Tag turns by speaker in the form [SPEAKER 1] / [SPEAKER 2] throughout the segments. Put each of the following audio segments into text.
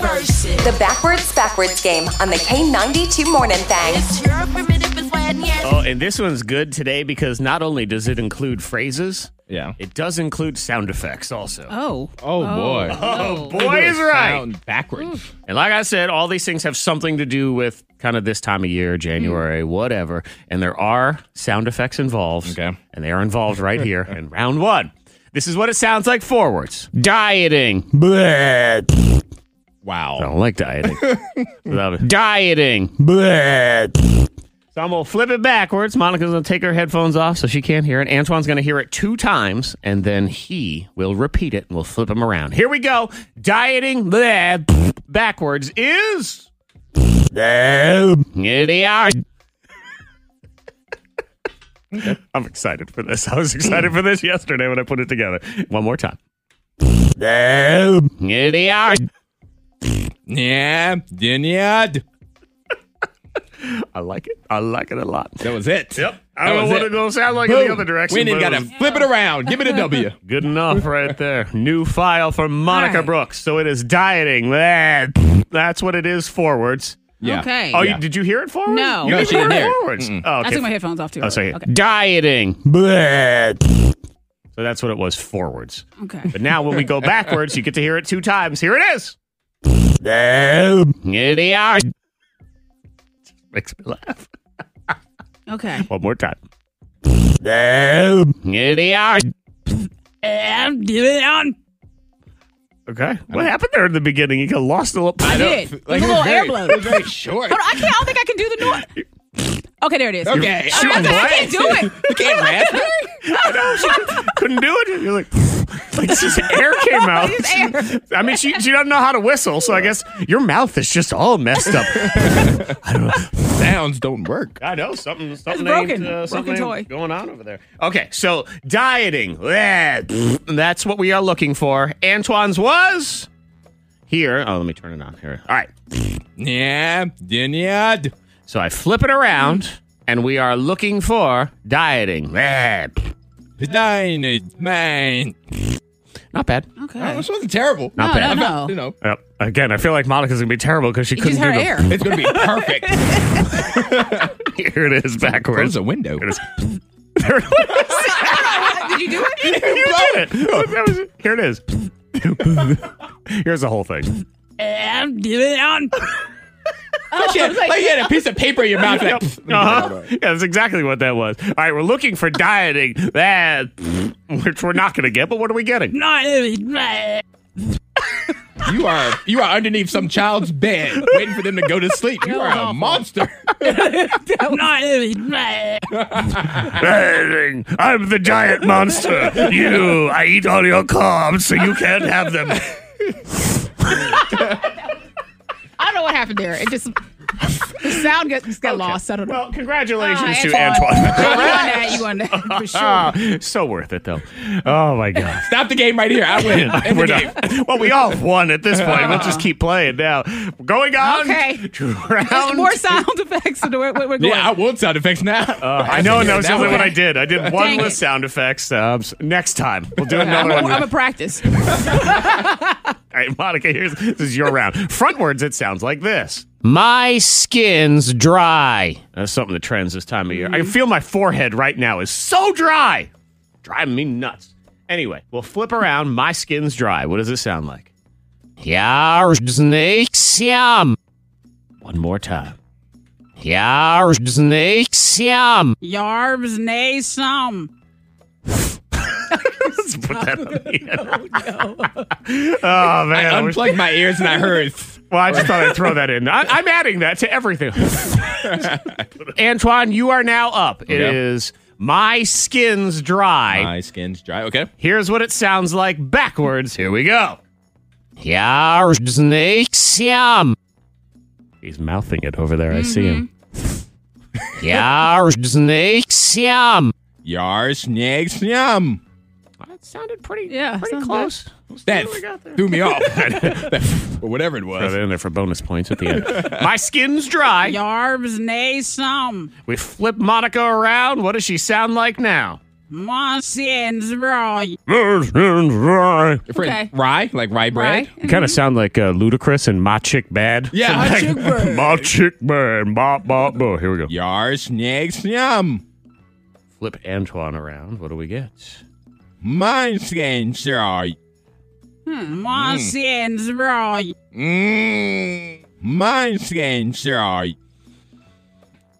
[SPEAKER 1] The backwards backwards game on the K92 Morning Thing.
[SPEAKER 2] It's your primitive is when, yes.
[SPEAKER 3] Oh, and this one's good today because not only does it include phrases,
[SPEAKER 4] Yeah.
[SPEAKER 3] it does include sound effects also.
[SPEAKER 5] Oh.
[SPEAKER 4] Oh, Hmm. boy.
[SPEAKER 5] no.
[SPEAKER 3] Oh, boy is right.
[SPEAKER 4] Sound backwards.
[SPEAKER 3] And like I said, all these things have something to do with kind of this time of year, January, whatever. And there are sound effects involved.
[SPEAKER 4] Okay.
[SPEAKER 3] And they are involved right here in round one. This is what it sounds like forwards. Dieting. Bleh.
[SPEAKER 4] Wow.
[SPEAKER 3] I don't like dieting. Without it. Dieting. Bleh. So I'm gonna flip it backwards. Monica's gonna take her headphones off so she can't hear it. Antoine's gonna hear it two times, and then he will repeat it, and we'll flip him around. Here we go. Dieting bleh, backwards is. Here they are. I'm excited for this. I was excited for this yesterday when I put it together. One more time. Here they are.
[SPEAKER 4] Yeah. Dinyard.
[SPEAKER 3] I like it. I like it a lot.
[SPEAKER 4] That was it.
[SPEAKER 3] Yep. I
[SPEAKER 4] That
[SPEAKER 3] don't
[SPEAKER 4] was
[SPEAKER 3] know what
[SPEAKER 4] it.
[SPEAKER 3] it gonna sound like in the
[SPEAKER 4] Boom.
[SPEAKER 3] other direction.
[SPEAKER 4] We didn't
[SPEAKER 3] but it
[SPEAKER 4] got to
[SPEAKER 3] was
[SPEAKER 4] flip it around. Give it a W.
[SPEAKER 3] Good enough right there. New file for Monica
[SPEAKER 5] All right.
[SPEAKER 3] Brooks. So it is dieting. Bleh. That's what it is forwards.
[SPEAKER 4] Yeah.
[SPEAKER 5] Okay.
[SPEAKER 3] Oh,
[SPEAKER 4] Yeah.
[SPEAKER 3] you, did you hear it forwards?
[SPEAKER 5] No.
[SPEAKER 3] You
[SPEAKER 5] No,
[SPEAKER 3] didn't
[SPEAKER 4] she didn't
[SPEAKER 3] hear
[SPEAKER 4] hear
[SPEAKER 3] it
[SPEAKER 4] it.
[SPEAKER 3] forwards. Oh,
[SPEAKER 5] I
[SPEAKER 3] okay.
[SPEAKER 5] took my headphones off too.
[SPEAKER 3] Oh, sorry.
[SPEAKER 5] Okay.
[SPEAKER 3] Dieting. Bleh. So that's what it was forwards.
[SPEAKER 5] Okay.
[SPEAKER 3] But now when we go backwards, you get to hear it two times. Here it is. Here they are. Makes me laugh.
[SPEAKER 5] Okay.
[SPEAKER 3] One more time. Here they are.
[SPEAKER 5] And get it on.
[SPEAKER 3] Okay. What happened there in the beginning? You got lost a little.
[SPEAKER 5] I
[SPEAKER 4] don't-
[SPEAKER 5] did. It was
[SPEAKER 4] it
[SPEAKER 5] a
[SPEAKER 4] was
[SPEAKER 5] little
[SPEAKER 4] very-
[SPEAKER 5] air blow.
[SPEAKER 4] It was very short.
[SPEAKER 5] Hold on, I can't. I don't think I can do the noise. Okay, there it is.
[SPEAKER 4] Okay.
[SPEAKER 5] I, don't think I can't do it.
[SPEAKER 4] You can't rap.
[SPEAKER 3] I know she couldn't do it. You're like, like just air came out.
[SPEAKER 5] Just air.
[SPEAKER 3] I mean, she she doesn't know how to whistle, so I guess your mouth is just all messed up.
[SPEAKER 4] Sounds don't work.
[SPEAKER 3] I know something something
[SPEAKER 5] It's broken.
[SPEAKER 3] ain't, uh,
[SPEAKER 5] Broken
[SPEAKER 3] something ain't
[SPEAKER 5] toy.
[SPEAKER 3] going on over there. Okay, so dieting. Bleh. That's what we are looking for. Antoine's was here. Oh, let me turn it on here. All right.
[SPEAKER 4] Yeah. Dinyard.
[SPEAKER 3] So I flip it around, and we are looking for dieting. Eh, Bleh.
[SPEAKER 4] Dinyard. Man.
[SPEAKER 3] Not bad.
[SPEAKER 4] Oh,
[SPEAKER 5] Okay.
[SPEAKER 4] this wasn't terrible.
[SPEAKER 3] Not
[SPEAKER 5] No,
[SPEAKER 3] bad.
[SPEAKER 5] no,
[SPEAKER 4] You know,
[SPEAKER 3] Yep. Again, I feel like Monica's gonna be terrible because she
[SPEAKER 5] It's
[SPEAKER 3] couldn't
[SPEAKER 5] her
[SPEAKER 3] do the
[SPEAKER 5] air.
[SPEAKER 4] it's going to be perfect.
[SPEAKER 3] Here it is
[SPEAKER 4] Close
[SPEAKER 3] backwards.
[SPEAKER 4] the window.
[SPEAKER 3] Here it is. There it was.
[SPEAKER 5] Did you do it?
[SPEAKER 3] You did it. That was it. Here it is. Here's the whole thing.
[SPEAKER 5] And get it on.
[SPEAKER 4] Like you had- like you had a piece of paper in your mouth. like,
[SPEAKER 3] Yep. Uh-huh. Yeah, that's exactly what that was. All right, we're looking for dieting that, which we're not going to get, but what are we getting?
[SPEAKER 5] Not really.
[SPEAKER 4] You are you are underneath some child's bed, waiting for them to go to sleep. You
[SPEAKER 5] That
[SPEAKER 4] are
[SPEAKER 5] was
[SPEAKER 4] a
[SPEAKER 5] awful.
[SPEAKER 4] monster.
[SPEAKER 5] Not really.
[SPEAKER 3] Dieting. I'm the giant monster. You, I eat all your carbs, so you can't have them.
[SPEAKER 5] I don't know what happened there. It just the sound got, just got lost. I don't know.
[SPEAKER 3] Well, congratulations
[SPEAKER 5] Ah,
[SPEAKER 3] to Antoine. Ah,
[SPEAKER 5] you won that. You won that for sure.
[SPEAKER 3] so worth it, though. Oh, my God.
[SPEAKER 4] Stop the game right here. I win. End
[SPEAKER 3] We're
[SPEAKER 4] the game.
[SPEAKER 3] done. Well, we all won at this point. We'll just keep playing now. We're going on.
[SPEAKER 5] Okay.
[SPEAKER 3] to round.
[SPEAKER 5] More sound effects. than Where, where we're going.
[SPEAKER 4] Yeah, I want sound effects now.
[SPEAKER 3] Uh, I know, and that was the
[SPEAKER 4] That
[SPEAKER 3] only
[SPEAKER 4] way.
[SPEAKER 3] one I did. I did one
[SPEAKER 5] Dang
[SPEAKER 3] with
[SPEAKER 5] it.
[SPEAKER 3] sound effects. Um, s- next time, we'll do
[SPEAKER 5] I'm
[SPEAKER 3] another
[SPEAKER 5] a-
[SPEAKER 3] one.
[SPEAKER 5] I'm a
[SPEAKER 3] All
[SPEAKER 5] practice.
[SPEAKER 3] right, Monica, here's this is your round. Frontwards, it sounds like this. My skin's dry. Mm-hmm. That's something that trends this time of year. I can feel my forehead right now is so dry. Driving me nuts. Anyway, we'll flip around. My skin's dry. What does it sound like? Yar snakes yum. One more time. Yar snakes yum.
[SPEAKER 5] Yarbs nay some.
[SPEAKER 3] Let's put that on the end. oh man! I
[SPEAKER 4] I
[SPEAKER 3] wish-
[SPEAKER 4] unplugged my ears and I heard.
[SPEAKER 3] well, I just thought I'd throw that in. I, I'm adding that to everything. Antoine, you are now up. It
[SPEAKER 4] Okay.
[SPEAKER 3] is my skin's dry.
[SPEAKER 4] My skin's dry. Okay.
[SPEAKER 3] Here's what it sounds like backwards. Here we go. Yar snakes yum. He's mouthing it over there. I see him. Yar snakes yum.
[SPEAKER 4] Yar snags yum.
[SPEAKER 3] That sounded pretty.
[SPEAKER 5] Yeah,
[SPEAKER 3] pretty
[SPEAKER 5] sounds
[SPEAKER 3] close.
[SPEAKER 4] That
[SPEAKER 3] we got there.
[SPEAKER 4] threw me off. or whatever it
[SPEAKER 3] Throw
[SPEAKER 4] was.
[SPEAKER 3] that in there for bonus points at the end. my skin's dry.
[SPEAKER 5] Yarbs nay some.
[SPEAKER 3] We flip Monica around. What does she sound like now?
[SPEAKER 5] My sins, right.
[SPEAKER 3] kind
[SPEAKER 4] Your friend
[SPEAKER 5] Okay.
[SPEAKER 4] Rye, like rye bread.
[SPEAKER 5] Right?
[SPEAKER 3] of sound like uh, Ludacris and My Chick Bad.
[SPEAKER 4] Yeah, My Chick Bad.
[SPEAKER 3] My Chick Bad. Bop, bop, bop. Here we go.
[SPEAKER 4] Yar snags yum.
[SPEAKER 3] Flip Antoine around. What do we get?
[SPEAKER 4] Mine scans are.
[SPEAKER 5] Hmm, My sins, right.
[SPEAKER 4] Mmm. Mine scans are.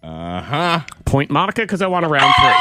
[SPEAKER 4] Uh huh.
[SPEAKER 3] Point Monica because I want a round three.
[SPEAKER 4] Correct.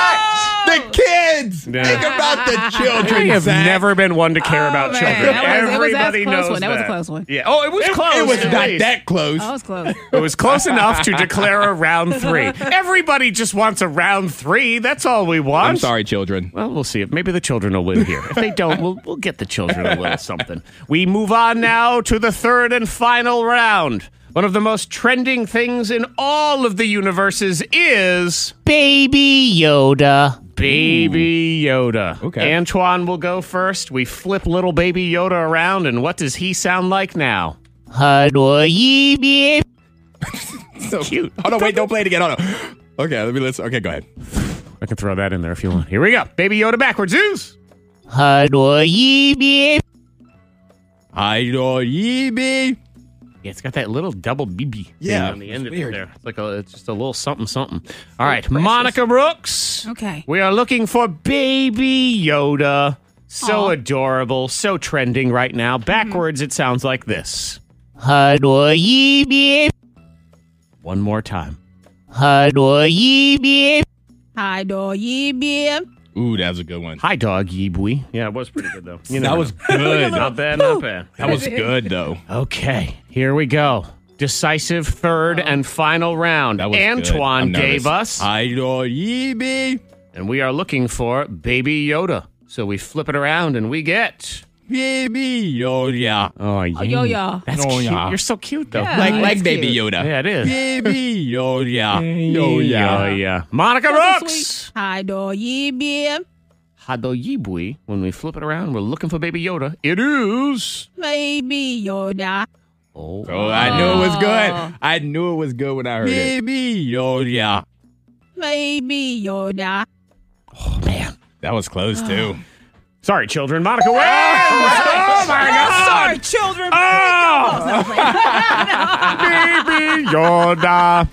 [SPEAKER 4] Ah! The kids.
[SPEAKER 3] Yeah.
[SPEAKER 4] Think about the
[SPEAKER 3] I
[SPEAKER 4] children.
[SPEAKER 3] have
[SPEAKER 4] Zach.
[SPEAKER 3] never been one to care about
[SPEAKER 5] Oh, man.
[SPEAKER 3] children.
[SPEAKER 5] That was- it was- that was a
[SPEAKER 3] Everybody
[SPEAKER 5] close
[SPEAKER 3] knows
[SPEAKER 5] one. That was a close one.
[SPEAKER 3] Yeah. Oh, it was close.
[SPEAKER 4] It was
[SPEAKER 3] at
[SPEAKER 4] not
[SPEAKER 3] least.
[SPEAKER 4] that close.
[SPEAKER 5] That was close.
[SPEAKER 3] It was close enough to declare a round three. Everybody just wants a round three. That's all we want.
[SPEAKER 4] I'm sorry, children.
[SPEAKER 3] Well, we'll see. If maybe the children will win here. If they don't, we'll we'll get the children a little something. We move on now to the third and final round. One of the most trending things in all of the universes is Baby Yoda. Baby Yoda.
[SPEAKER 4] Okay.
[SPEAKER 3] Antoine will go first. We flip little Baby Yoda around, and what does he sound like now? Okay,
[SPEAKER 4] So cute. Hold on, wait, don't play it again. Hold on. Okay, let me listen. Okay, go ahead.
[SPEAKER 3] I can throw that in there if you want. Here we go. Baby Yoda backwards. Zeus.
[SPEAKER 4] I know ye be.
[SPEAKER 3] Yeah, it's got that little double BB
[SPEAKER 4] Yeah,
[SPEAKER 3] thing on the
[SPEAKER 4] it's
[SPEAKER 3] end of
[SPEAKER 4] weird.
[SPEAKER 3] it there. It's like a, it's just a little something something. All right, Monica Brooks.
[SPEAKER 5] Okay.
[SPEAKER 3] We are looking for Baby Yoda. So
[SPEAKER 5] Aw. Mm-hmm.
[SPEAKER 3] adorable, so trending right now. Backwards, it sounds like this. One more time. Hi,
[SPEAKER 5] Hi, do ye be?
[SPEAKER 4] Ooh, that was a good one.
[SPEAKER 3] dog, yeebwee. Yeah, it was pretty good though. You
[SPEAKER 4] That
[SPEAKER 3] know.
[SPEAKER 4] was good.
[SPEAKER 3] not bad, not bad.
[SPEAKER 4] That was good though.
[SPEAKER 3] Okay, here we go. Decisive third and final round.
[SPEAKER 4] That was
[SPEAKER 3] Antoine
[SPEAKER 4] good. I'm
[SPEAKER 3] gave
[SPEAKER 4] nervous.
[SPEAKER 3] us,
[SPEAKER 4] I know ye be.
[SPEAKER 3] and we are looking for Baby Yoda. So we flip it around and we get.
[SPEAKER 4] Baby Yoda.
[SPEAKER 3] Oh,
[SPEAKER 5] yo, yo.
[SPEAKER 3] That's
[SPEAKER 4] Oh,
[SPEAKER 3] cute.
[SPEAKER 4] yeah.
[SPEAKER 3] You're so cute, though.
[SPEAKER 5] Yeah.
[SPEAKER 4] Like
[SPEAKER 5] Oh,
[SPEAKER 4] like
[SPEAKER 5] that's
[SPEAKER 4] Baby
[SPEAKER 5] cute.
[SPEAKER 4] Yoda.
[SPEAKER 3] Yeah, it is.
[SPEAKER 4] Baby Yoda. Oh,
[SPEAKER 3] Yo, yeah,
[SPEAKER 4] Yoda.
[SPEAKER 3] yeah. Monica
[SPEAKER 5] That's so
[SPEAKER 3] Brooks.
[SPEAKER 5] sweet. Hi, do ye be?
[SPEAKER 3] Hadoyibui. When we flip it around, we're looking for Baby Yoda. It is.
[SPEAKER 5] Baby Yoda.
[SPEAKER 3] Oh,
[SPEAKER 4] Oh, I knew it was good. I knew it was good when I heard it. Baby Yoda.
[SPEAKER 5] Baby Yoda.
[SPEAKER 3] man.
[SPEAKER 4] That was close
[SPEAKER 5] Oh.
[SPEAKER 4] too.
[SPEAKER 3] Sorry, children. Monica wins. Oh, my God.
[SPEAKER 5] children.
[SPEAKER 4] Ah!
[SPEAKER 3] Oh! Baby Yoda.